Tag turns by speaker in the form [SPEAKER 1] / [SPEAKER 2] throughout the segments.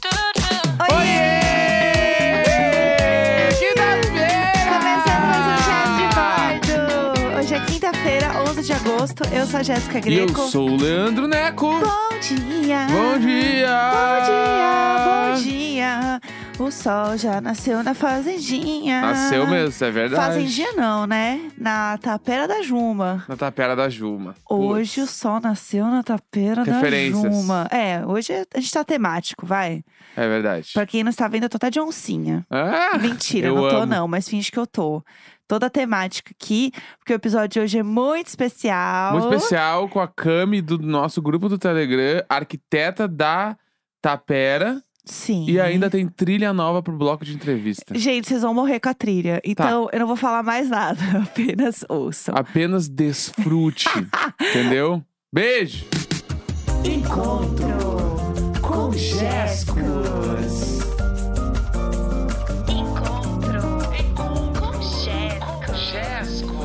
[SPEAKER 1] Tá um Hoje é quinta-feira, 11 de agosto. Eu sou a Jéssica
[SPEAKER 2] E eu
[SPEAKER 1] Greco.
[SPEAKER 2] sou o Leandro Neco.
[SPEAKER 1] Bom dia!
[SPEAKER 2] Bom dia!
[SPEAKER 1] Bom dia! Bom dia! O sol já nasceu na fazendinha.
[SPEAKER 2] Nasceu mesmo, isso é verdade.
[SPEAKER 1] Fazendinha não, né? Na tapera da Juma.
[SPEAKER 2] Na tapera da Juma.
[SPEAKER 1] Hoje o sol nasceu na tapera da
[SPEAKER 2] Referências.
[SPEAKER 1] Juma. É, hoje a gente tá temático, vai.
[SPEAKER 2] Putz, É verdade.
[SPEAKER 1] Pra quem não está vendo, eu tô até de oncinha.
[SPEAKER 2] Ah,
[SPEAKER 1] Mentira,
[SPEAKER 2] eu
[SPEAKER 1] não tô
[SPEAKER 2] amo.
[SPEAKER 1] não, mas finge que eu tô. Toda a temática aqui, porque o episódio de hoje é muito especial.
[SPEAKER 2] Muito especial com a Cami do nosso grupo do Telegram, arquiteta da Tapera.
[SPEAKER 1] Sim.
[SPEAKER 2] E ainda tem trilha nova pro bloco de entrevista.
[SPEAKER 1] Gente, vocês vão morrer com a trilha.
[SPEAKER 2] Tá.
[SPEAKER 1] Então, eu não vou falar mais nada, apenas ouçam.
[SPEAKER 2] Apenas desfrute, entendeu? Beijo!
[SPEAKER 1] Encontro com Jéssicos.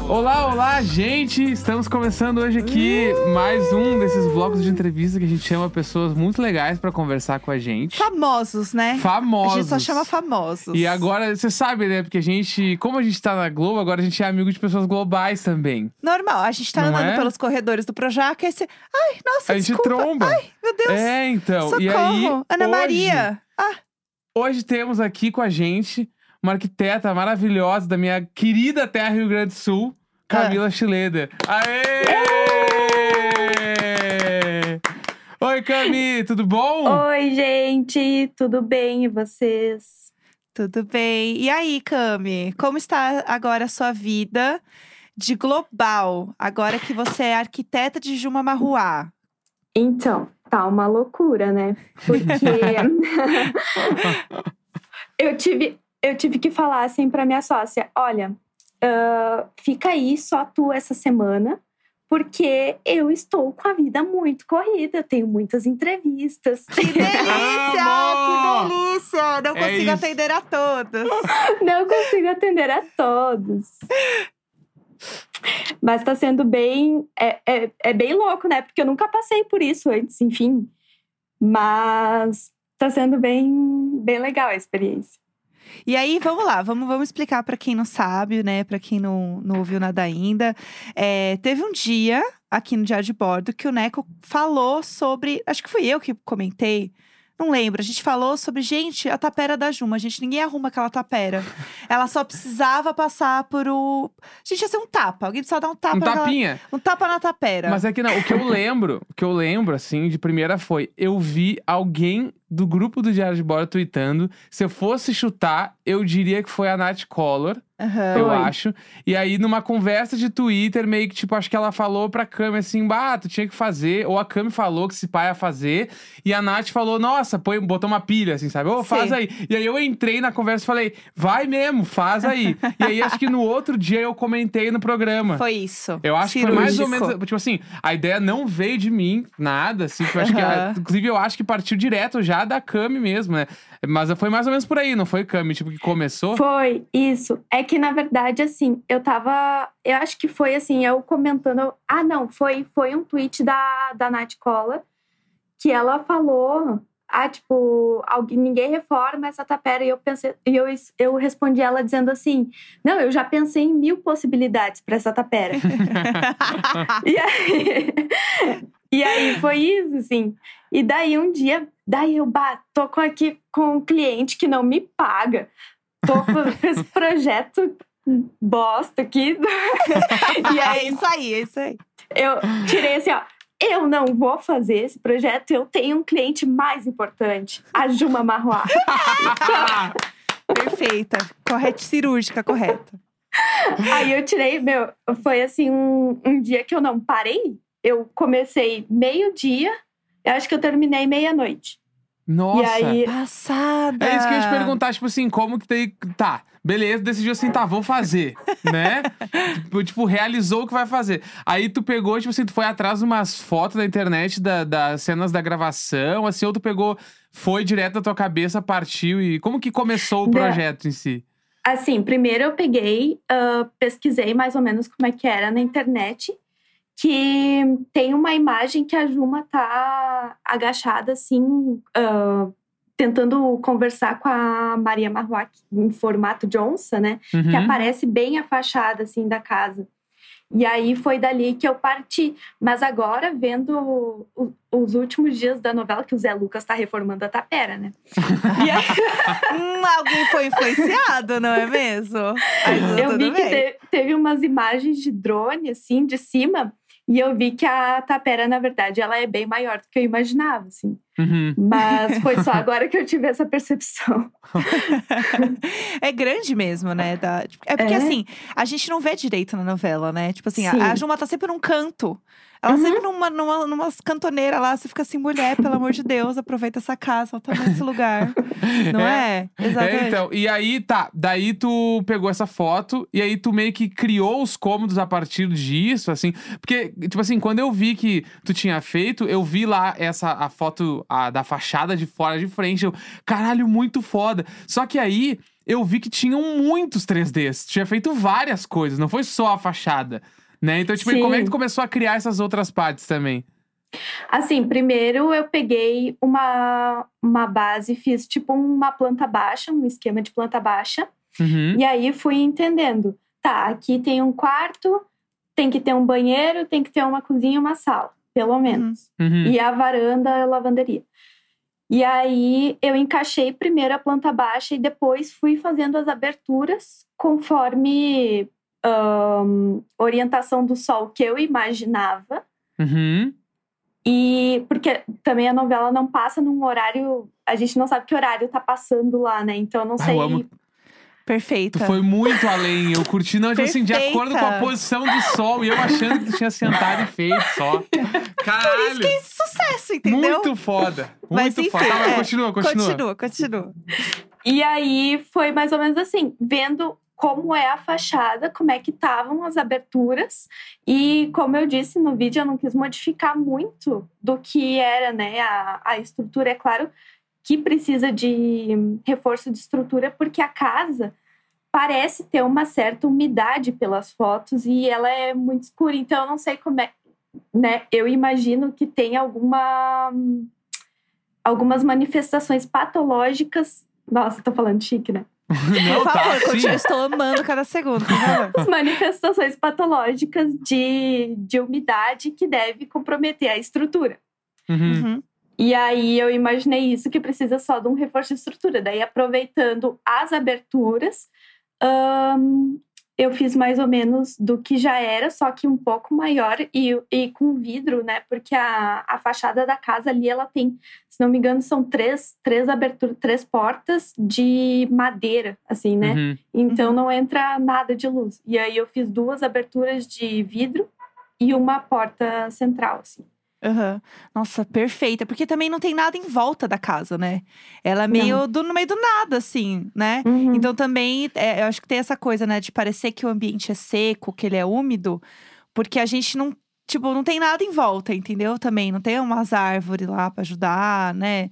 [SPEAKER 2] Olá, olá, gente! Estamos começando hoje aqui mais um desses blocos de entrevista que a gente chama pessoas muito legais pra conversar com a gente.
[SPEAKER 1] Famosos, né?
[SPEAKER 2] Famosos.
[SPEAKER 1] A gente só chama famosos.
[SPEAKER 2] E agora, você sabe, né? Porque a gente, como a gente tá na Globo, agora a gente é amigo de pessoas globais também.
[SPEAKER 1] Normal, a gente tá
[SPEAKER 2] Não
[SPEAKER 1] andando
[SPEAKER 2] é?
[SPEAKER 1] pelos corredores do Projac, aí você... Ai, nossa,
[SPEAKER 2] a gente
[SPEAKER 1] desculpa.
[SPEAKER 2] tromba.
[SPEAKER 1] Ai, meu Deus.
[SPEAKER 2] é, então.
[SPEAKER 1] Socorro.
[SPEAKER 2] E aí,
[SPEAKER 1] Ana
[SPEAKER 2] hoje-
[SPEAKER 1] Maria. Ah,
[SPEAKER 2] Hoje temos aqui com a gente uma arquiteta maravilhosa da minha querida terra Rio Grande do Sul,
[SPEAKER 1] Ah.
[SPEAKER 2] Camila Chileda.
[SPEAKER 1] Uh!
[SPEAKER 2] Aê! Oi, Cami, tudo bom?
[SPEAKER 3] Oi, gente, tudo bem e vocês?
[SPEAKER 1] tudo bem. E aí, Cami? Como está agora a sua vida de global? Agora que você é arquiteta de Juma Marruá.
[SPEAKER 3] Então, tá uma loucura, né? Porque eu tive eu tive que falar assim pra minha sócia, olha, ah, fica aí só tu essa semana, porque eu estou com a vida muito corrida, eu tenho muitas entrevistas.
[SPEAKER 1] Que delícia!
[SPEAKER 2] Amo!
[SPEAKER 1] Que delícia! Não
[SPEAKER 2] É
[SPEAKER 1] consigo
[SPEAKER 2] isso.
[SPEAKER 1] atender a todos.
[SPEAKER 3] Não consigo atender a todos. Mas tá sendo bem. É, é, é bem louco, né? Porque eu nunca passei por isso antes, enfim. Mas tá sendo bem, bem legal a experiência.
[SPEAKER 1] E aí, vamos lá, vamos, vamos explicar para quem não sabe, né? Para quem não, não ouviu nada ainda. É, teve um dia aqui no Diário de Bordo que o Neco falou sobre. Acho que fui eu que comentei. Não lembro, a gente falou sobre, gente, a tapera da Juma. Gente, ninguém arruma aquela tapera. Ela só precisava passar por o. Gente, ia ser um tapa. Alguém precisava dar um tapa
[SPEAKER 2] Um
[SPEAKER 1] naquela-
[SPEAKER 2] tapinha.
[SPEAKER 1] Um tapa na tapera.
[SPEAKER 2] Mas é que não, o que eu lembro, o que eu lembro, assim, de primeira foi, eu vi alguém do grupo do Diário de Bora tweetando. Se eu fosse chutar, eu diria que foi a Nath Collor.
[SPEAKER 1] Aham.
[SPEAKER 2] Eu
[SPEAKER 3] Foi.
[SPEAKER 2] acho. E aí, numa conversa de Twitter, meio que, tipo, acho que ela falou pra Cami assim, bah, tu tinha que fazer. Ou a Cami falou que esse pai ia fazer. E a Nath falou, nossa, põe, botou uma pilha, assim, sabe? Ô, faz
[SPEAKER 1] Sim.
[SPEAKER 2] aí. E aí eu entrei na conversa e falei, vai mesmo, faz aí. e aí, acho que no outro dia eu comentei no programa.
[SPEAKER 1] Foi isso.
[SPEAKER 2] Eu acho que foi mais ou
[SPEAKER 1] Cirúrgico.
[SPEAKER 2] menos. Tipo assim, a ideia não veio de mim, nada, assim. que eu acho que a-
[SPEAKER 1] Aham.
[SPEAKER 2] inclusive, eu acho que partiu direto já da Cami mesmo, né? Mas foi mais ou menos por aí, não foi Cami, tipo, que começou.
[SPEAKER 3] Foi isso. É que, na verdade, assim, eu tava. Eu acho que foi assim, eu comentando. eu- Ah, não, foi, foi um tweet da, da Nath Cola que ela falou. Ah, tipo, alguém, ninguém reforma essa tapera. E eu pensei, e eu, eu respondi ela dizendo assim: Não, eu já pensei em mil possibilidades para essa tapera. E aí, e aí foi isso, assim. E daí um dia, daí eu bah, tô com aqui com um cliente que não me paga. Tô com com esse projeto bosta aqui. e
[SPEAKER 1] É
[SPEAKER 3] aí
[SPEAKER 1] isso aí, é isso aí.
[SPEAKER 3] eu tirei assim, ó. Eu não vou fazer esse projeto, eu tenho um cliente mais importante, a Juma Marroá.
[SPEAKER 1] Perfeita. Correta, cirúrgica, correta.
[SPEAKER 3] Aí eu tirei, meu, foi assim um, um dia que eu não parei. Eu comecei meio-dia, eu acho que eu terminei meia-noite.
[SPEAKER 2] Nossa!
[SPEAKER 3] E aí
[SPEAKER 1] Passada.
[SPEAKER 2] É isso que eu ia
[SPEAKER 1] Ah.
[SPEAKER 2] te perguntar, tipo assim, como que tem. Tá, beleza, decidiu assim, tá, vou fazer, né? Tipo, tipo, realizou o que vai fazer. Aí tu pegou, tipo assim, tu foi atrás de umas fotos da internet da- das cenas da gravação, assim, ou tu pegou, foi direto da tua cabeça, partiu e. Como que começou o
[SPEAKER 3] Da-
[SPEAKER 2] projeto em si?
[SPEAKER 3] Assim, primeiro eu peguei, ah, pesquisei mais ou menos como é que era na internet, que tem uma imagem que a Juma tá agachada, assim, ah, tentando conversar com a Maria Marroá que- em formato de onça, né? Que
[SPEAKER 2] Uhum.
[SPEAKER 3] aparece bem a fachada, assim, da casa. E aí foi dali que eu parti. Mas agora, vendo o- os últimos dias da novela, que o Zé Lucas tá reformando a tapera, né? E aí-
[SPEAKER 1] Hum, alguém foi influenciado, não é mesmo? Mas tudo
[SPEAKER 3] eu vi que
[SPEAKER 1] bem.
[SPEAKER 3] te- teve umas imagens de drone, assim, de cima. E eu vi que a tapera, na verdade, ela é bem maior do que eu imaginava, assim.
[SPEAKER 2] Uhum.
[SPEAKER 3] Mas foi só agora que eu tive essa percepção.
[SPEAKER 1] É grande mesmo, né? da- tipo, é porque
[SPEAKER 3] É.
[SPEAKER 1] assim, a gente não vê direito na novela, né? Tipo assim,
[SPEAKER 3] Sim.
[SPEAKER 1] a, a Juma tá sempre num canto. Ela sempre
[SPEAKER 2] Uhum.
[SPEAKER 1] numa, numa, numas cantoneiras lá, você fica assim, mulher, pelo amor de Deus, aproveita essa casa, toma esse lugar. Não é? Exatamente.
[SPEAKER 2] É, então, e aí, tá, daí tu pegou essa foto e aí tu meio que criou os cômodos a partir disso, assim. Porque, tipo assim, quando eu vi que tu tinha feito, eu vi lá essa a foto a, da fachada de fora de frente. Eu, caralho, muito foda. Só que aí eu vi que tinham muitos 3Ds. Tu tinha feito várias coisas, não foi só a fachada. Né? Então, tipo, e como é que tu
[SPEAKER 3] Sim.
[SPEAKER 2] começou a criar essas outras partes também?
[SPEAKER 3] Assim, primeiro eu peguei uma, uma base, fiz tipo uma planta baixa, um esquema de planta baixa.
[SPEAKER 2] Uhum.
[SPEAKER 1] Hum?
[SPEAKER 3] E aí fui entendendo. Tá, aqui tem um quarto, tem que ter um banheiro, tem que ter uma cozinha e uma sala, pelo menos.
[SPEAKER 2] Uhum.
[SPEAKER 3] e a varanda é lavanderia. E aí eu encaixei primeiro a planta baixa e depois fui fazendo as aberturas conforme ahn, orientação do sol que eu imaginava.
[SPEAKER 2] Uhum.
[SPEAKER 3] E porque também a novela não passa num horário, a gente não sabe que horário tá passando lá, né? Então eu não
[SPEAKER 2] Ah, eu
[SPEAKER 3] sei.
[SPEAKER 2] amo.
[SPEAKER 1] Perfeita.
[SPEAKER 2] Tu foi muito além, eu curti, não, tipo assim, de
[SPEAKER 1] Perfeita.
[SPEAKER 2] acordo com a posição do sol, e eu achando que tu tinha sentado e feito só. Caralho!
[SPEAKER 1] Que sucesso, entendeu?
[SPEAKER 2] Muito foda! Muito
[SPEAKER 1] Mas enfim,
[SPEAKER 2] foda. Tá, mas
[SPEAKER 1] é,
[SPEAKER 2] continua, continua.
[SPEAKER 1] continua. continua.
[SPEAKER 3] E aí foi mais ou menos assim, vendo como é a fachada, como é que estavam as aberturas. E como eu disse no vídeo, eu não quis modificar muito do que era, né, a, a estrutura. É claro que precisa de hum, reforço de estrutura, porque a casa parece ter uma certa umidade pelas fotos e ela é muito escura. Então eu não sei como é, né, eu imagino que tem alguma... hum, Algumas manifestações patológicas nossa, tô falando chique, né?
[SPEAKER 2] Não,
[SPEAKER 1] Por favor,
[SPEAKER 2] tá,
[SPEAKER 1] continua.
[SPEAKER 2] sim.
[SPEAKER 1] Estou amando cada segundo, por favor.
[SPEAKER 3] As manifestações patológicas de, de umidade que deve comprometer a estrutura.
[SPEAKER 2] Uhum.
[SPEAKER 1] Uhum.
[SPEAKER 3] E aí eu imaginei isso que precisa só de um reforço de estrutura. Daí, aproveitando as aberturas, ahn, eu fiz mais ou menos do que já era, só que um pouco maior e, e com vidro, né? Porque a, a fachada da casa ali, ela tem, se não me engano, são três, três aberturas, três portas de madeira, assim, né?
[SPEAKER 2] Uhum.
[SPEAKER 3] Então não entra nada de luz. E aí eu fiz duas aberturas de vidro e uma porta central, assim.
[SPEAKER 1] Aham. Nossa, perfeita. Porque também não tem nada em volta da casa, né? Ela é meio do, no meio do nada, assim, né?
[SPEAKER 3] Uhum.
[SPEAKER 1] Então também, é, eu acho que tem essa coisa, né? De parecer que o ambiente é seco, que ele é úmido. Porque a gente não, tipo, não tem nada em volta, entendeu? Também, não tem umas árvores lá pra ajudar, né?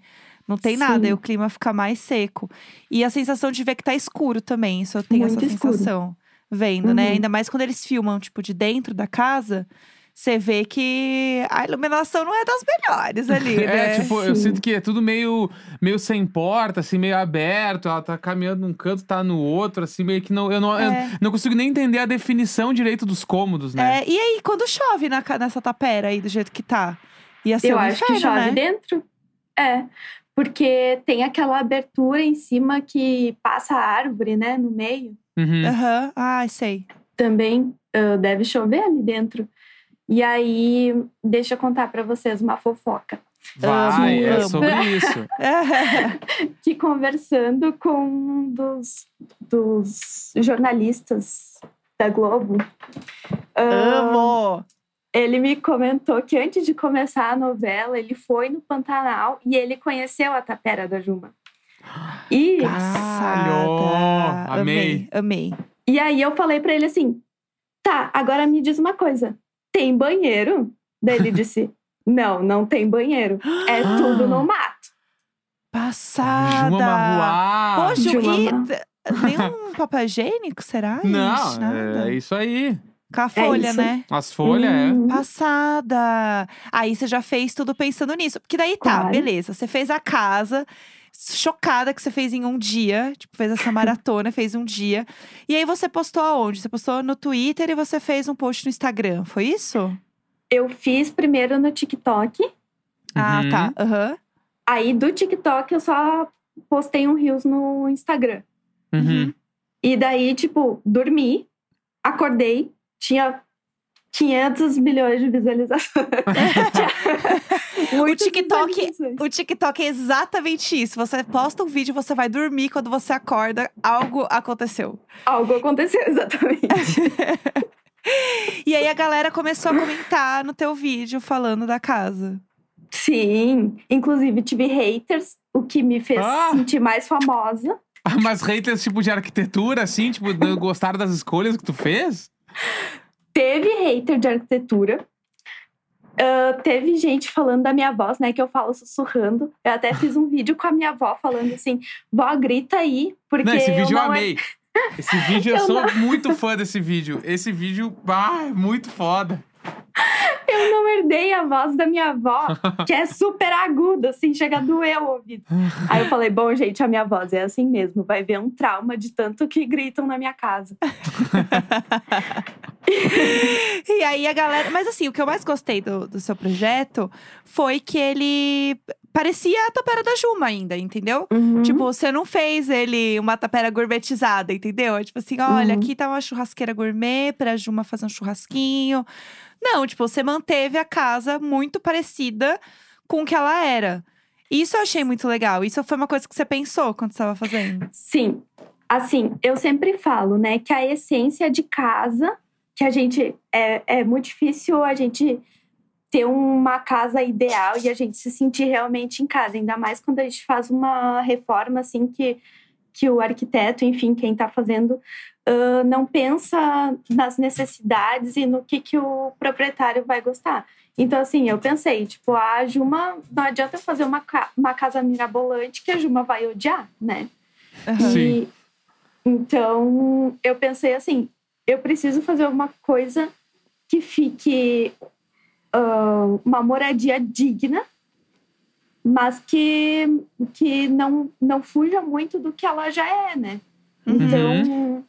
[SPEAKER 1] Não tem nada,
[SPEAKER 3] Sim.
[SPEAKER 1] e o clima fica mais seco. E a sensação de ver que tá escuro também, isso eu tenho essa
[SPEAKER 3] Muito escuro.
[SPEAKER 1] sensação. Vendo, né?
[SPEAKER 3] Uhum.
[SPEAKER 1] Ainda mais quando eles filmam, tipo, de dentro da casa, você vê que a iluminação não é das melhores ali, né?
[SPEAKER 2] É, tipo, eu
[SPEAKER 3] Sim.
[SPEAKER 2] sinto que é tudo meio, meio sem porta, assim, meio aberto. Ela tá caminhando num canto, tá no outro, assim, meio que não. Eu não, eu
[SPEAKER 1] É.
[SPEAKER 2] não consigo nem entender a definição direito dos cômodos, né?
[SPEAKER 1] É, e aí, quando chove na, ca- nessa tapera aí, do jeito que tá? Ia ser
[SPEAKER 3] eu
[SPEAKER 1] um
[SPEAKER 3] acho
[SPEAKER 1] inferno,
[SPEAKER 3] que chove
[SPEAKER 1] né?
[SPEAKER 3] dentro. É. Porque tem aquela abertura em cima que passa a árvore, né, no meio.
[SPEAKER 1] É.
[SPEAKER 2] Uhum.
[SPEAKER 1] Aham, ai, sei.
[SPEAKER 3] Também ah, deve chover ali dentro. E aí, deixa eu contar pra vocês uma fofoca.
[SPEAKER 2] Vai,
[SPEAKER 1] amo,
[SPEAKER 2] é
[SPEAKER 1] amo.
[SPEAKER 2] sobre isso.
[SPEAKER 3] que conversando com um dos, dos jornalistas da Globo, ah,
[SPEAKER 1] Amo!
[SPEAKER 3] ele me comentou que antes de começar a novela, ele foi no Pantanal e ele conheceu a Tapera da Juma. E,
[SPEAKER 1] Passada.
[SPEAKER 2] Amei.
[SPEAKER 1] Amei.
[SPEAKER 3] e aí eu falei pra ele assim: tá, agora me diz uma coisa: tem banheiro? Daí ele disse: não, não tem banheiro. É tudo no mato.
[SPEAKER 1] Passada.
[SPEAKER 2] Juma Marruá.
[SPEAKER 1] Poxa,
[SPEAKER 3] Juma
[SPEAKER 1] e
[SPEAKER 3] Marruá.
[SPEAKER 1] t- nem um papel higiênico, será? Ixi,
[SPEAKER 2] Não,
[SPEAKER 1] nada.
[SPEAKER 2] é isso aí.
[SPEAKER 1] Com a folha,
[SPEAKER 3] É isso.
[SPEAKER 1] né?
[SPEAKER 2] As folhas, é.
[SPEAKER 3] Hum.
[SPEAKER 1] Passada! Aí você já fez tudo pensando nisso. Porque daí tá,
[SPEAKER 3] Claro.
[SPEAKER 1] beleza. Você fez a casa, chocada que você fez em um dia. Tipo, fez essa maratona, fez um dia. E aí você postou aonde? Você postou no Twitter e você fez um post no Instagram, foi isso?
[SPEAKER 3] Eu fiz primeiro no TikTok.
[SPEAKER 1] Ah,
[SPEAKER 2] Uhum.
[SPEAKER 1] tá. Aham.
[SPEAKER 3] Aí do TikTok eu só postei um Reels no Instagram.
[SPEAKER 2] Uhum.
[SPEAKER 3] E daí, tipo, dormi, acordei, tinha 500 milhões de visualizações. Tinha
[SPEAKER 1] O
[SPEAKER 3] muitas
[SPEAKER 1] TikTok.
[SPEAKER 3] visualizações.
[SPEAKER 1] O TikTok é exatamente isso. Você posta um vídeo, você vai dormir. Quando você acorda, algo aconteceu.
[SPEAKER 3] Algo aconteceu, exatamente.
[SPEAKER 1] E aí a galera começou a comentar no teu vídeo falando da casa.
[SPEAKER 3] Sim, inclusive tive haters, o que me fez
[SPEAKER 2] Ah!
[SPEAKER 3] sentir mais famosa.
[SPEAKER 2] Ah, Mas haters, tipo, de arquitetura, assim, tipo, não gostaram das escolhas que tu fez?
[SPEAKER 3] Teve hater de arquitetura. Ah, teve gente falando da minha voz, né? Que eu falo sussurrando. Eu até fiz um vídeo com a minha avó falando assim: vó, grita aí, porque.
[SPEAKER 2] não, esse
[SPEAKER 3] eu
[SPEAKER 2] vídeo eu
[SPEAKER 3] não é-
[SPEAKER 2] amei. Esse vídeo, eu,
[SPEAKER 3] Eu
[SPEAKER 2] sou muito fã desse vídeo. Esse vídeo, ah, é muito foda.
[SPEAKER 3] Eu não herdei a voz da minha avó, que é super aguda, assim, chega a doer o ouvido. Aí eu falei, bom, gente, a minha voz é assim mesmo, vai ver um trauma de tanto que gritam na minha casa.
[SPEAKER 1] E aí a galera. Mas assim, o que eu mais gostei do, do seu projeto foi que ele parecia a tapera da Juma ainda, entendeu?
[SPEAKER 3] Uhum.
[SPEAKER 1] Tipo, você não fez ele uma tapera gourmetizada, entendeu? É Tipo assim, olha,
[SPEAKER 3] Uhum.
[SPEAKER 1] aqui tá uma churrasqueira gourmet pra Juma fazer um churrasquinho. Não, tipo, você manteve a casa muito parecida com o que ela era. Isso eu achei muito legal. Isso foi uma coisa que você pensou quando você tava fazendo.
[SPEAKER 3] Sim. Assim, eu sempre falo, né, que a essência de casa, que a gente. É, é muito difícil a gente ter uma casa ideal e a gente se sentir realmente em casa, ainda mais quando a gente faz uma reforma, assim, que, que o arquiteto, enfim, quem tá fazendo, ah, não pensa nas necessidades e no que, que o proprietário vai gostar. Então, assim, eu pensei, tipo, a Juma, não adianta eu fazer uma, ca- uma casa mirabolante que a Juma vai odiar, né?
[SPEAKER 1] Aham.
[SPEAKER 2] Sim.
[SPEAKER 3] E, então, eu pensei assim, eu preciso fazer uma coisa que fique ah, uma moradia digna, mas que, que não, não fuja muito do que ela já é, né?
[SPEAKER 2] Uhum.
[SPEAKER 3] Então,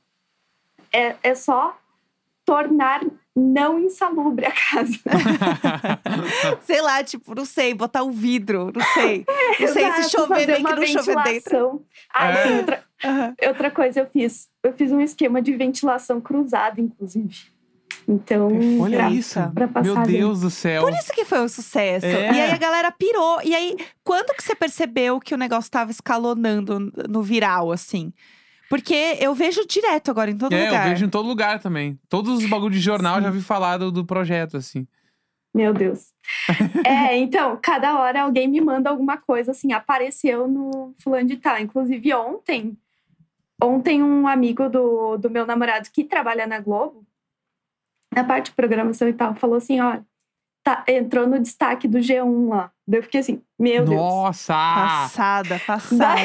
[SPEAKER 3] é, é só tornar não insalubre a casa.
[SPEAKER 1] Sei lá, tipo, não sei, botar um vidro, não sei. Não sei se
[SPEAKER 3] Exato,
[SPEAKER 1] chover
[SPEAKER 3] fazer
[SPEAKER 1] bem que
[SPEAKER 3] uma
[SPEAKER 1] não chover dentro.
[SPEAKER 3] ventilação. Ah,
[SPEAKER 2] É.
[SPEAKER 3] e tem outra,
[SPEAKER 1] Aham.
[SPEAKER 3] Outra coisa eu fiz, eu fiz um esquema de ventilação cruzada, inclusive. Então,
[SPEAKER 2] Olha
[SPEAKER 3] pra,
[SPEAKER 2] isso.
[SPEAKER 3] pra passar
[SPEAKER 2] Meu
[SPEAKER 3] ali.
[SPEAKER 2] Deus do céu.
[SPEAKER 1] Por isso que foi um sucesso.
[SPEAKER 2] É.
[SPEAKER 1] E aí a galera pirou. E aí, quando que você percebeu que o negócio tava escalonando no viral, assim? Porque eu vejo direto agora em todo
[SPEAKER 2] é,
[SPEAKER 1] lugar.
[SPEAKER 2] eu vejo em todo lugar também. Todos os bagulhos de jornal eu já vi falar do, do projeto, assim.
[SPEAKER 3] Meu Deus. é, então, cada hora alguém me manda alguma coisa assim, apareceu no fulano de tal, inclusive ontem. Ontem um amigo do, do meu namorado que trabalha na Globo, na parte de programação e tal, falou assim, olha, tá- entrou no destaque do G1 lá. Daí eu fiquei assim, meu Deus.
[SPEAKER 2] Nossa!
[SPEAKER 1] Passada, passada.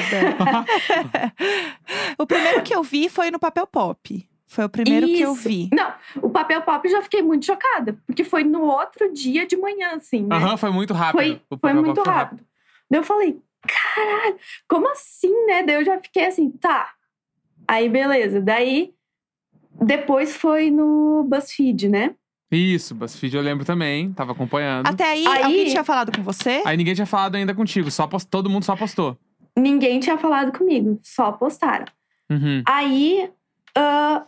[SPEAKER 1] o primeiro que eu vi foi no papel pop. Foi o primeiro que eu
[SPEAKER 3] Isso.
[SPEAKER 1] vi.
[SPEAKER 3] Não, o papel pop eu já fiquei muito chocada, porque foi no outro dia de manhã, assim, né?
[SPEAKER 2] Aham, foi muito rápido.
[SPEAKER 3] Foi,
[SPEAKER 2] O
[SPEAKER 3] foi
[SPEAKER 2] papel
[SPEAKER 3] muito
[SPEAKER 2] pop foi
[SPEAKER 3] rápido. Daí eu falei, caralho, como assim, né? Daí eu já fiquei assim, tá. Aí, beleza. Daí, depois foi no BuzzFeed, né?
[SPEAKER 2] Isso, BuzzFeed eu lembro também, tava acompanhando.
[SPEAKER 1] Até aí,
[SPEAKER 3] Aí-
[SPEAKER 1] alguém tinha falado com você?
[SPEAKER 2] Aí ninguém tinha falado ainda contigo, só post... todo mundo só postou.
[SPEAKER 3] Ninguém tinha falado comigo, só postaram.
[SPEAKER 2] Uhum.
[SPEAKER 3] Aí ah,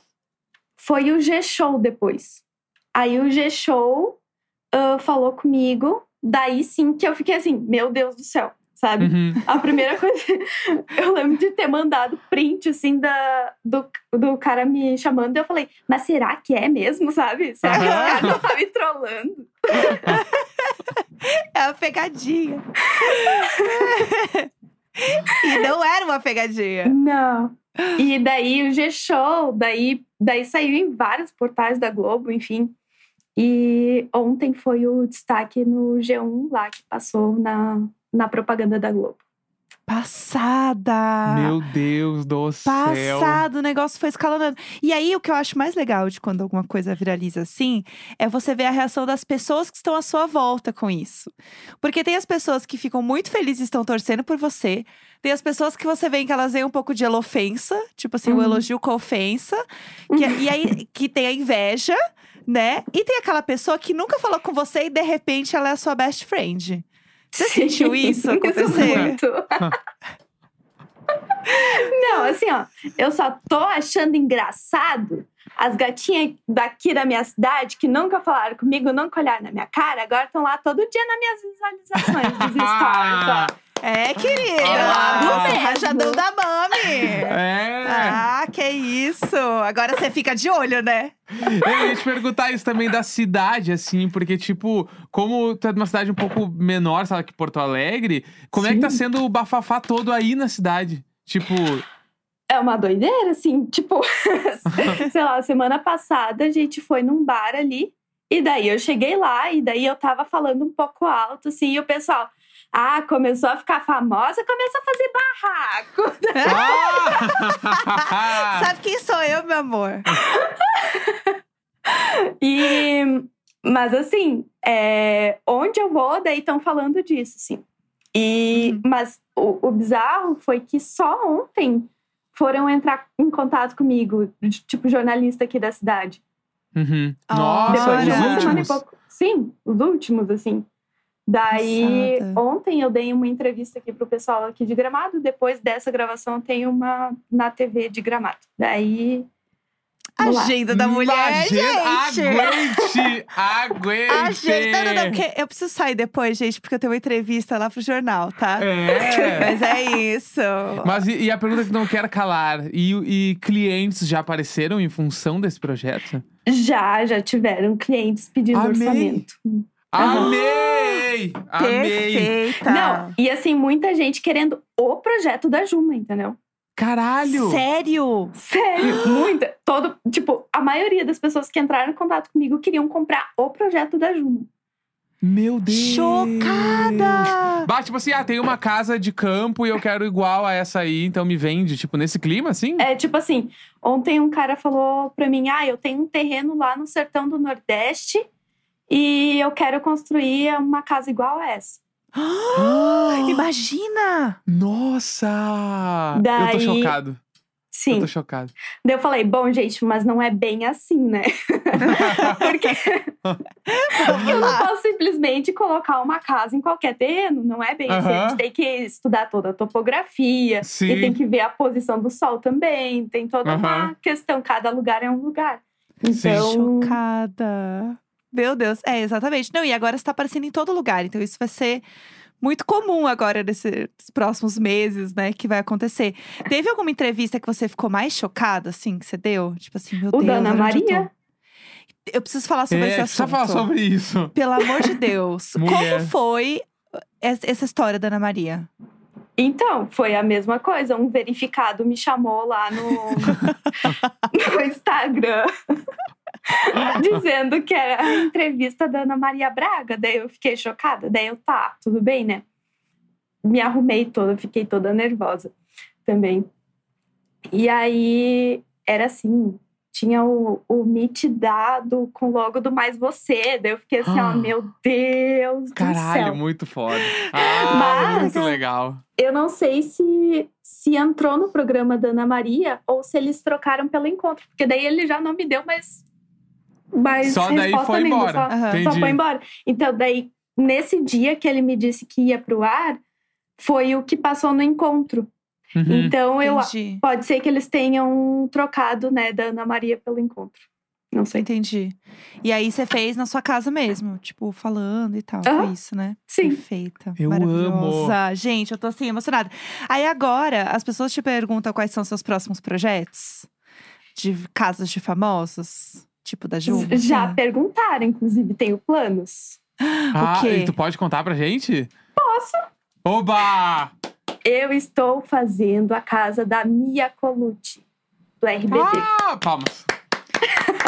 [SPEAKER 3] foi o G-Show depois. Aí o G-Show ah, falou comigo. Daí sim que eu fiquei assim, meu Deus do céu, sabe?
[SPEAKER 2] Uhum.
[SPEAKER 3] A primeira coisa, eu lembro de ter mandado print, assim, da, do, do cara me chamando. Eu falei, mas será que é mesmo, sabe? Será que esse
[SPEAKER 1] Aham.
[SPEAKER 3] cara não tá me trollando?
[SPEAKER 1] É uma pegadinha. e não era uma pegadinha.
[SPEAKER 3] Não. E daí o G-Show, daí, daí saiu em vários portais da Globo, enfim. E ontem um foi o destaque no G1 lá, que passou na, na propaganda da Globo.
[SPEAKER 1] Passada!
[SPEAKER 2] Meu Deus do céu.
[SPEAKER 1] Passado, o negócio foi escalonando. E aí, o que eu acho mais legal de quando alguma coisa viraliza assim é você ver a reação das pessoas que estão à sua volta com isso. Porque tem as pessoas que ficam muito felizes e estão torcendo por você. Tem as pessoas que você vê que elas veem um pouco de elofensa, tipo assim, o
[SPEAKER 3] Uhum.
[SPEAKER 1] elogio com ofensa. Que- é, e aí, que tem a inveja, né? E tem aquela pessoa que nunca falou com você e de repente ela é a sua best friend. Você
[SPEAKER 3] Sim.
[SPEAKER 1] sentiu isso acontecer?
[SPEAKER 3] muito. Não, assim, ó, eu só tô achando engraçado as gatinhas daqui da minha cidade que nunca falaram comigo, nunca olharam na minha cara, agora estão lá todo dia nas minhas visualizações dos stories, ó.
[SPEAKER 1] É, querida!
[SPEAKER 2] Ah.
[SPEAKER 1] Você é rajadão da mami!
[SPEAKER 2] É.
[SPEAKER 1] Ah, que isso! Agora você fica de olho, né?
[SPEAKER 2] Eu ia te perguntar isso também da cidade, assim, porque, tipo, como tu é de uma cidade um pouco menor, sei lá, que Porto Alegre, como é que tá sendo o bafafá todo aí na cidade? Tipo,
[SPEAKER 3] É uma doideira, assim, tipo, sei lá, semana passada a gente foi num bar ali, e daí eu cheguei lá, e daí eu tava falando um pouco alto, assim, e o pessoal, ah, começou a ficar famosa, começou a fazer barraco.
[SPEAKER 2] ah!
[SPEAKER 1] Sabe quem sou eu, meu amor?
[SPEAKER 3] E, mas assim, é, onde eu vou, daí estão falando disso, assim. E, Mas o, o bizarro foi que só ontem foram entrar em contato comigo, de- tipo, jornalista aqui da cidade.
[SPEAKER 2] Uhum.
[SPEAKER 1] Olha. um
[SPEAKER 2] Nossa,
[SPEAKER 3] Depois de
[SPEAKER 1] os
[SPEAKER 3] uma semana e
[SPEAKER 2] os últimos.
[SPEAKER 3] um pouco. Sim, os últimos, assim. Daí,
[SPEAKER 1] Passada.
[SPEAKER 3] ontem eu dei uma entrevista aqui pro pessoal aqui de Gramado. Depois dessa gravação, tem uma na TV de Gramado. Daí. vamos lá.
[SPEAKER 1] Agenda da mulher, gente! né,
[SPEAKER 2] Aguente! Aguente! É.
[SPEAKER 1] Agenda, não, não, porque eu preciso sair depois, gente, porque eu tenho uma entrevista lá pro jornal, tá?
[SPEAKER 2] É.
[SPEAKER 1] Mas é isso.
[SPEAKER 2] Mas e, e a pergunta que não quero calar? E, e clientes já apareceram em função desse projeto?
[SPEAKER 3] Já, já tiveram clientes pedindo
[SPEAKER 2] Amei.
[SPEAKER 3] orçamento. Ah.
[SPEAKER 2] Amei! Amei!
[SPEAKER 1] Perfeita.
[SPEAKER 3] Não, e assim, muita gente querendo o projeto da Juma, entendeu?
[SPEAKER 2] Caralho!
[SPEAKER 1] Sério?
[SPEAKER 3] Sério, muita. Todo, tipo, a maioria das pessoas que entraram em contato comigo queriam comprar o projeto da Juma.
[SPEAKER 2] Meu Deus!
[SPEAKER 1] Chocada!
[SPEAKER 2] Bah, tipo assim, ah, tem uma casa de campo e eu quero igual a essa aí, então me vende, tipo, nesse clima, assim?
[SPEAKER 3] É tipo assim, ontem um cara falou pra mim: ah, eu tenho um terreno lá no sertão do Nordeste e eu quero construir uma casa igual a essa.
[SPEAKER 1] Imagina!
[SPEAKER 2] Ah! Nossa! Eu tô
[SPEAKER 3] Daí-
[SPEAKER 2] chocado. Eu
[SPEAKER 3] Sim.
[SPEAKER 2] tô chocado.
[SPEAKER 3] Daí eu falei: bom, gente, mas não é bem assim, né? Porque
[SPEAKER 1] Vamos
[SPEAKER 3] eu não
[SPEAKER 1] lá.
[SPEAKER 3] posso simplesmente colocar uma casa em qualquer terreno, não é bem assim. A
[SPEAKER 2] Aham.
[SPEAKER 3] gente tem que estudar toda a topografia e
[SPEAKER 2] Sim.
[SPEAKER 3] tem que ver a posição do sol também, tem toda
[SPEAKER 2] Aham.
[SPEAKER 3] uma questão, cada lugar é um lugar.
[SPEAKER 2] Sim.
[SPEAKER 3] Então,
[SPEAKER 1] Chocada. Meu Deus, é exatamente. Não, e agora está aparecendo em todo lugar, então isso vai ser muito comum agora nesses próximos meses, né, que vai acontecer. Teve alguma entrevista que você ficou mais chocada, assim, que você deu? Tipo assim, meu
[SPEAKER 3] O
[SPEAKER 1] Deus,
[SPEAKER 3] da Ana
[SPEAKER 1] olha onde eu
[SPEAKER 3] Maria?
[SPEAKER 1] tô. Eu preciso falar sobre
[SPEAKER 2] é,
[SPEAKER 1] esse
[SPEAKER 2] precisa
[SPEAKER 1] assunto.
[SPEAKER 2] falar sobre isso.
[SPEAKER 1] Pelo amor de Deus,
[SPEAKER 2] Mulher.
[SPEAKER 1] como foi es- essa história da Ana Maria?
[SPEAKER 3] Então, foi a mesma coisa. Um verificado me chamou lá no, no Instagram dizendo que era a entrevista da Ana Maria Braga. Daí eu fiquei chocada. Daí eu, tá, tudo bem, né? Me arrumei toda, fiquei toda nervosa também. E aí era assim. Tinha o, o Meet dado com o logo do Mais Você. Daí eu fiquei assim, ó,
[SPEAKER 2] Ah.
[SPEAKER 3] meu Deus do céu.
[SPEAKER 2] Caralho, muito foda. Ah,
[SPEAKER 3] Mas-
[SPEAKER 2] muito legal.
[SPEAKER 3] Eu não sei se, se entrou no programa da Ana Maria ou se eles trocaram pelo encontro, porque daí ele já não me deu mais, mais
[SPEAKER 2] Só daí
[SPEAKER 3] resposta
[SPEAKER 2] foi
[SPEAKER 3] nenhuma,
[SPEAKER 2] embora.
[SPEAKER 3] Só,
[SPEAKER 1] Aham.
[SPEAKER 3] só
[SPEAKER 2] Entendi.
[SPEAKER 3] foi embora. Então, daí, nesse dia que ele me disse que ia pro ar, foi o que passou no encontro.
[SPEAKER 2] Uhum.
[SPEAKER 3] Então, eu,
[SPEAKER 1] Entendi.
[SPEAKER 3] pode ser que eles tenham trocado, né, da Ana Maria pelo encontro. Não sei.
[SPEAKER 1] Entendi. E aí você fez na sua casa mesmo, tipo, falando e tal. Foi
[SPEAKER 3] Aham.
[SPEAKER 1] isso, né?
[SPEAKER 3] Sim.
[SPEAKER 1] Perfeita.
[SPEAKER 2] Eu
[SPEAKER 1] maravilhosa. Gente, eu tô assim, emocionada. Aí agora, as pessoas te perguntam quais são seus próximos projetos de casos de famosos, tipo da Ju.
[SPEAKER 3] Já perguntaram, inclusive, tenho planos.
[SPEAKER 2] Ah,
[SPEAKER 1] quê?
[SPEAKER 2] e tu pode contar pra gente? Posso. Oba!
[SPEAKER 3] Eu estou fazendo a casa da Mia Colucci, do RBD.
[SPEAKER 1] Ah,
[SPEAKER 2] Ah, palmas.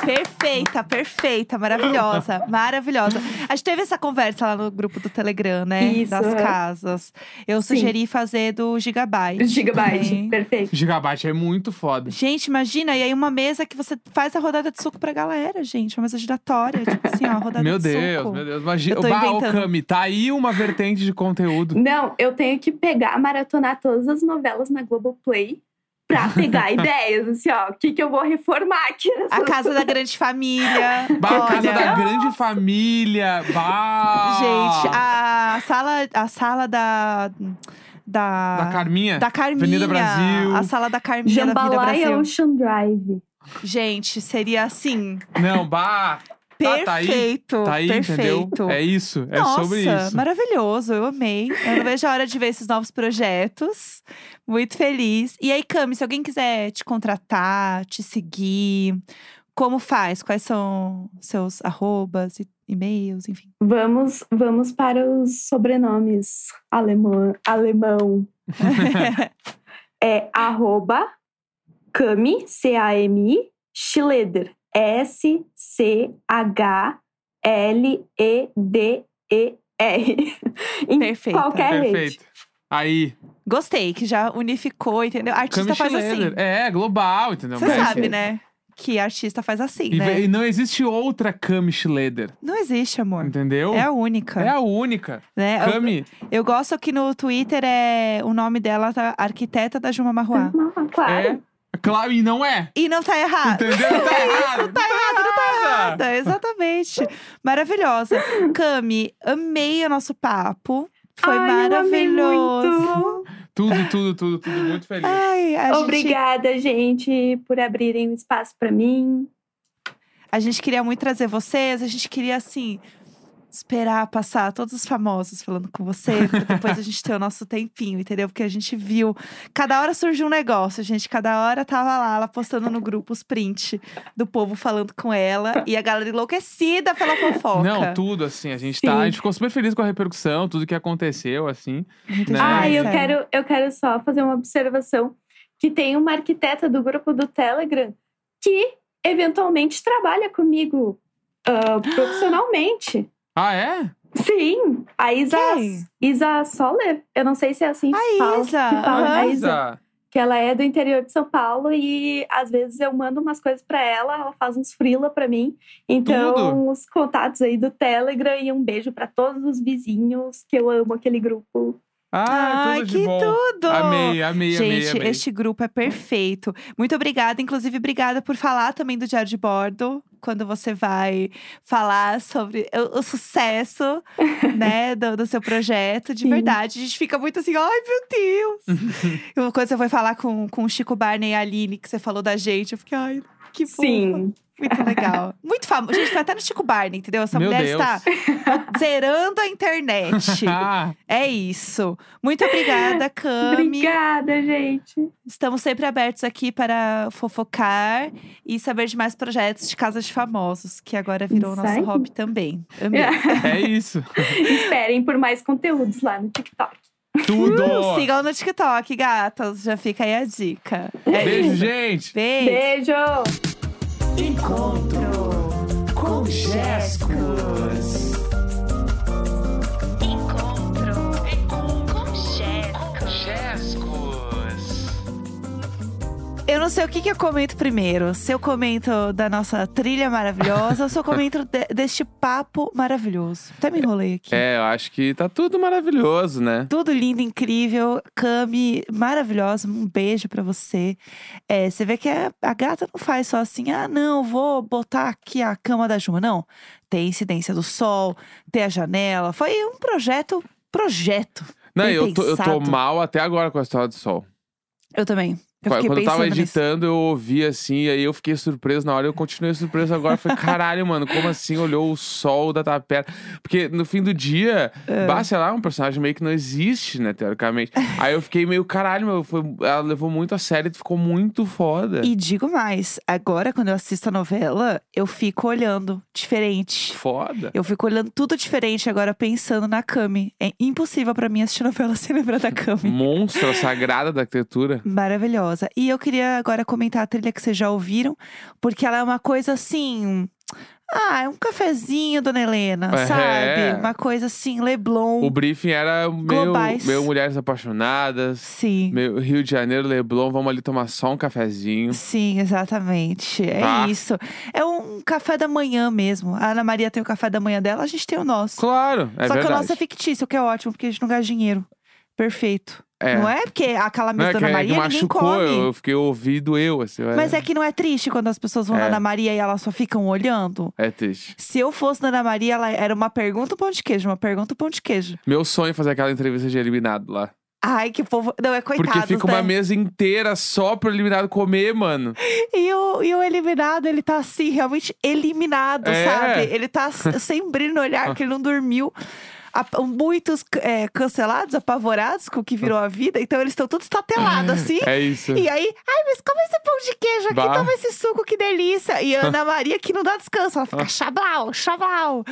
[SPEAKER 1] Perfeita, perfeita, maravilhosa, maravilhosa. A gente teve essa conversa lá no grupo do Telegram, né?
[SPEAKER 3] Isso,
[SPEAKER 1] Das
[SPEAKER 3] é.
[SPEAKER 1] casas. Eu
[SPEAKER 3] Sim.
[SPEAKER 1] sugeri fazer do Gigabyte.
[SPEAKER 3] Gigabyte,
[SPEAKER 1] também.
[SPEAKER 3] perfeito.
[SPEAKER 2] Gigabyte é muito foda.
[SPEAKER 1] Gente, imagina, e aí uma mesa que você faz a rodada de suco pra galera, gente. Uma mesa giratória, tipo assim, ó, rodada
[SPEAKER 2] Meu
[SPEAKER 1] de
[SPEAKER 2] Deus,
[SPEAKER 1] suco.
[SPEAKER 2] meu Deus. Imagina.
[SPEAKER 1] Eu tô
[SPEAKER 2] Bah, ô,
[SPEAKER 1] inventando.
[SPEAKER 2] Cami, tá aí uma vertente de conteúdo.
[SPEAKER 3] Não, eu tenho que pegar, maratonar todas as novelas na Globoplay pra pegar ideias, assim, ó. O que, que eu vou reformar aqui nessa
[SPEAKER 1] A casa da grande família.
[SPEAKER 2] Bah, a casa
[SPEAKER 1] olha.
[SPEAKER 2] da grande família. Bah.
[SPEAKER 1] Gente,
[SPEAKER 2] Ah.
[SPEAKER 1] a sala, a sala da. Da,
[SPEAKER 2] Da Carminha.
[SPEAKER 1] da Carminha.
[SPEAKER 2] Avenida Brasil.
[SPEAKER 1] A sala da Carminha da Avenida
[SPEAKER 3] Jambalaya
[SPEAKER 1] Brasil.
[SPEAKER 3] Ocean Drive.
[SPEAKER 1] Gente, seria assim.
[SPEAKER 2] Não, bah. Tá, tá aí.
[SPEAKER 1] Perfeito.
[SPEAKER 2] Tá aí,
[SPEAKER 1] perfeito.
[SPEAKER 2] entendeu? É isso. É
[SPEAKER 1] Nossa,
[SPEAKER 2] sobre isso.
[SPEAKER 1] maravilhoso, eu amei. Eu não vejo a hora de ver esses novos projetos. Muito feliz. E aí, Cami, se alguém quiser te contratar, te seguir, como faz? Quais são seus arrobas, e- e-mails, enfim?
[SPEAKER 3] Vamos, vamos para os sobrenomes alemã, alemão. É arroba Cami, C-A-M-I, Schleder, S-C-H-L-E-D-E-R. Em
[SPEAKER 1] Perfeita.
[SPEAKER 3] qualquer rede.
[SPEAKER 2] Perfeito. Aí,
[SPEAKER 1] Gostei, que já unificou, entendeu? Artista
[SPEAKER 2] Cami
[SPEAKER 1] faz
[SPEAKER 2] Schroeder.
[SPEAKER 1] assim.
[SPEAKER 2] É, global, entendeu?
[SPEAKER 1] Você
[SPEAKER 2] Mas- é.
[SPEAKER 1] sabe, né? Que artista faz assim,
[SPEAKER 2] E,
[SPEAKER 1] né?
[SPEAKER 2] ve- e não existe outra Cami Schroeder,
[SPEAKER 1] Não existe, amor.
[SPEAKER 2] entendeu?
[SPEAKER 1] É a única.
[SPEAKER 2] É a única.
[SPEAKER 1] né? Eu-
[SPEAKER 2] Cami,
[SPEAKER 1] Eu, gosto que no Twitter é o nome dela tá arquiteta da Juma Marruá.
[SPEAKER 3] Ah, claro.
[SPEAKER 2] é. Claro, e não é.
[SPEAKER 1] E não tá errado.
[SPEAKER 2] Entendeu? Tá errado.
[SPEAKER 1] tá errado, não tá
[SPEAKER 2] errado.
[SPEAKER 1] errada. Exatamente. Maravilhosa. Cami, amei o nosso papo. Foi
[SPEAKER 3] Ai, eu amei
[SPEAKER 1] maravilhoso.
[SPEAKER 3] muito.
[SPEAKER 2] Tudo, tudo, tudo, tudo. Muito feliz.
[SPEAKER 1] Ai, a gente,
[SPEAKER 3] Obrigada, gente, por abrirem um espaço para mim.
[SPEAKER 1] a gente queria muito trazer vocês. A gente queria, assim, esperar passar todos os famosos falando com você. Pra depois a gente ter o nosso tempinho, entendeu? Porque a gente viu. Cada hora surgiu um negócio, gente. Cada hora tava lá, ela postando no grupo os print do povo falando com ela. E a galera enlouquecida pela fofoca.
[SPEAKER 2] Não, tudo, assim. A gente,
[SPEAKER 3] Sim.
[SPEAKER 2] tá, a gente ficou super feliz com a repercussão, tudo que aconteceu, assim.
[SPEAKER 1] Muito
[SPEAKER 2] Né?
[SPEAKER 1] demais,
[SPEAKER 3] Ai, Ah, eu
[SPEAKER 1] é sério.
[SPEAKER 3] quero, eu quero só fazer uma observação que tem uma arquiteta do grupo do Telegram que eventualmente trabalha comigo ah, profissionalmente.
[SPEAKER 2] Ah, é?
[SPEAKER 3] Sim, a Isa,
[SPEAKER 1] Quem?
[SPEAKER 3] Isa Soller, eu não sei se é assim que se
[SPEAKER 1] A
[SPEAKER 3] fala,
[SPEAKER 1] Isa.
[SPEAKER 3] que fala,
[SPEAKER 1] aham.
[SPEAKER 3] a Isa,
[SPEAKER 2] Isa.
[SPEAKER 3] que ela é do interior de São Paulo e às vezes eu mando umas coisas pra ela, ela faz uns frila pra mim. Então,
[SPEAKER 2] Tudo.
[SPEAKER 3] os contatos aí do Telegram e um beijo pra todos os vizinhos que eu amo aquele grupo.
[SPEAKER 2] Ah,
[SPEAKER 1] Ai,
[SPEAKER 2] tudo de
[SPEAKER 1] que
[SPEAKER 2] bom.
[SPEAKER 1] tudo!
[SPEAKER 2] Amei, amei, amei,
[SPEAKER 1] Gente,
[SPEAKER 2] amei.
[SPEAKER 1] este grupo é perfeito. Muito obrigada, inclusive, obrigada por falar também do Diário de Bordo, quando você vai falar sobre o, o sucesso né, do, do seu projeto, de
[SPEAKER 3] Sim.
[SPEAKER 1] verdade. A gente fica muito assim, ai meu Deus! Eu- quando você foi falar com, com o Chico Barney e a Aline, que você falou da gente, eu fiquei, ai, que fofa. Muito legal. Muito famoso. Gente, foi até no Chico Barney, entendeu? Essa
[SPEAKER 2] Meu
[SPEAKER 1] mulher
[SPEAKER 2] Deus.
[SPEAKER 1] está zerando a internet.
[SPEAKER 2] Ah,
[SPEAKER 1] É isso. Muito obrigada, Cami.
[SPEAKER 3] Obrigada, gente.
[SPEAKER 1] Estamos sempre abertos aqui para fofocar e saber de mais projetos de Casa de Famosos, que agora virou o
[SPEAKER 3] Isso
[SPEAKER 1] nosso
[SPEAKER 3] aí.
[SPEAKER 1] hobby também. Amei.
[SPEAKER 2] é isso.
[SPEAKER 3] Esperem por mais conteúdos lá no TikTok.
[SPEAKER 2] Tudo.
[SPEAKER 1] Sigam no TikTok, gatas. Já fica aí a dica. É
[SPEAKER 2] Beijo,
[SPEAKER 1] isso.
[SPEAKER 2] gente.
[SPEAKER 1] Beijo.
[SPEAKER 3] Beijo!
[SPEAKER 4] Encontro com Jéssicas. Encontro com Jéssicas.
[SPEAKER 1] Eu não sei o que, que eu comento primeiro. Se eu comento da nossa trilha maravilhosa ou se eu comento de- deste papo maravilhoso. Até me enrolei aqui.
[SPEAKER 2] É, eu acho que tá tudo maravilhoso, né?
[SPEAKER 1] Tudo lindo, incrível. Cami, maravilhosa. Um beijo pra você. É, você vê que a, a gata não faz só assim, ah, não, vou botar aqui a cama da Juma. Não. Tem incidência do sol, tem a janela. Foi um projeto, projeto.
[SPEAKER 2] Não,
[SPEAKER 1] Bem
[SPEAKER 2] eu tô, eu tô
[SPEAKER 1] pensado.
[SPEAKER 2] mal até agora com a história do sol.
[SPEAKER 1] Eu também. Eu
[SPEAKER 2] Quando
[SPEAKER 1] fiquei
[SPEAKER 2] eu
[SPEAKER 1] pensando
[SPEAKER 2] tava
[SPEAKER 1] nisso.
[SPEAKER 2] editando, eu ouvi assim, e aí eu fiquei surpreso na hora, eu continuei surpreso agora. Falei, caralho, mano, como assim olhou o sol da tapera? Porque no fim do dia, bah, sei lá, é um personagem meio que não existe, né, teoricamente. aí eu fiquei meio, caralho, meu, foi, ela levou muito a sério e ficou muito foda.
[SPEAKER 1] E digo mais, agora quando eu assisto a novela, eu fico olhando diferente.
[SPEAKER 2] Foda.
[SPEAKER 1] Eu fico olhando tudo diferente agora, pensando na Cami. É impossível pra mim assistir novela sem lembrar da Cami.
[SPEAKER 2] Monstra sagrada da arquitetura.
[SPEAKER 1] Maravilhosa. maravilhosa. E eu queria agora comentar a trilha que vocês já ouviram, porque ela é uma coisa assim. Ah, é um cafezinho, dona Helena,
[SPEAKER 2] É.
[SPEAKER 1] sabe? Uma coisa assim, Leblon.
[SPEAKER 2] O briefing era meio,
[SPEAKER 1] Globais.
[SPEAKER 2] meio mulheres apaixonadas,
[SPEAKER 1] Sim.
[SPEAKER 2] meio Rio de Janeiro, Leblon, vamos ali tomar só um cafezinho.
[SPEAKER 1] Sim, exatamente. É
[SPEAKER 2] Tá.
[SPEAKER 1] isso. É um café da manhã mesmo. A Ana Maria tem o café da manhã dela, a gente tem o nosso.
[SPEAKER 2] Claro, é
[SPEAKER 1] Só
[SPEAKER 2] verdade.
[SPEAKER 1] que o nosso é fictício, o que é ótimo, porque a gente não gasta dinheiro. Perfeito.
[SPEAKER 2] É.
[SPEAKER 1] Não é porque aquela
[SPEAKER 2] Não,
[SPEAKER 1] mesa da
[SPEAKER 2] é que,
[SPEAKER 1] Ana
[SPEAKER 2] é que
[SPEAKER 1] Maria ninguém
[SPEAKER 2] machucou,
[SPEAKER 1] come.
[SPEAKER 2] eu, eu fiquei ouvido eu, assim. eu
[SPEAKER 1] Mas
[SPEAKER 2] era-
[SPEAKER 1] é que não é triste quando as pessoas vão na
[SPEAKER 2] É.
[SPEAKER 1] Ana Maria e elas só ficam olhando?
[SPEAKER 2] é triste.
[SPEAKER 1] Se eu fosse na Ana Maria, ela era uma pergunta um pão de queijo, uma pergunta um pão de queijo.
[SPEAKER 2] Meu sonho é fazer aquela entrevista de eliminado lá.
[SPEAKER 1] Ai, que povo. Não, é coitado.
[SPEAKER 2] Porque fica uma mesa inteira só pro eliminado comer, mano.
[SPEAKER 1] E o, e o eliminado, ele tá assim, realmente eliminado,
[SPEAKER 2] É.
[SPEAKER 1] sabe? Ele tá s- sem brilho no olhar, que ele não dormiu. A- Muitos é, cancelados, apavorados com o que virou a vida. Então eles estão todos tatelados, assim.
[SPEAKER 2] É isso.
[SPEAKER 1] E aí, ai, mas come esse pão de queijo aqui,
[SPEAKER 2] Bah.
[SPEAKER 1] toma esse suco, que delícia. E a Ana Maria que não dá descanso, ela
[SPEAKER 2] Ah.
[SPEAKER 1] fica chablau, chablau.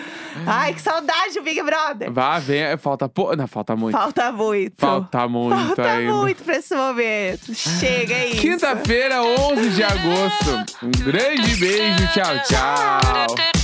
[SPEAKER 1] Ai, que saudade do Big Brother.
[SPEAKER 2] Vá, vem, é, falta pouco. Não, falta muito.
[SPEAKER 1] Falta muito.
[SPEAKER 2] Falta muito né?
[SPEAKER 1] Falta
[SPEAKER 2] ainda.
[SPEAKER 1] muito pra esse momento. Chega, é isso.
[SPEAKER 2] Quinta-feira, 11 de agosto. Um grande beijo, tchau, tchau.
[SPEAKER 4] tchau.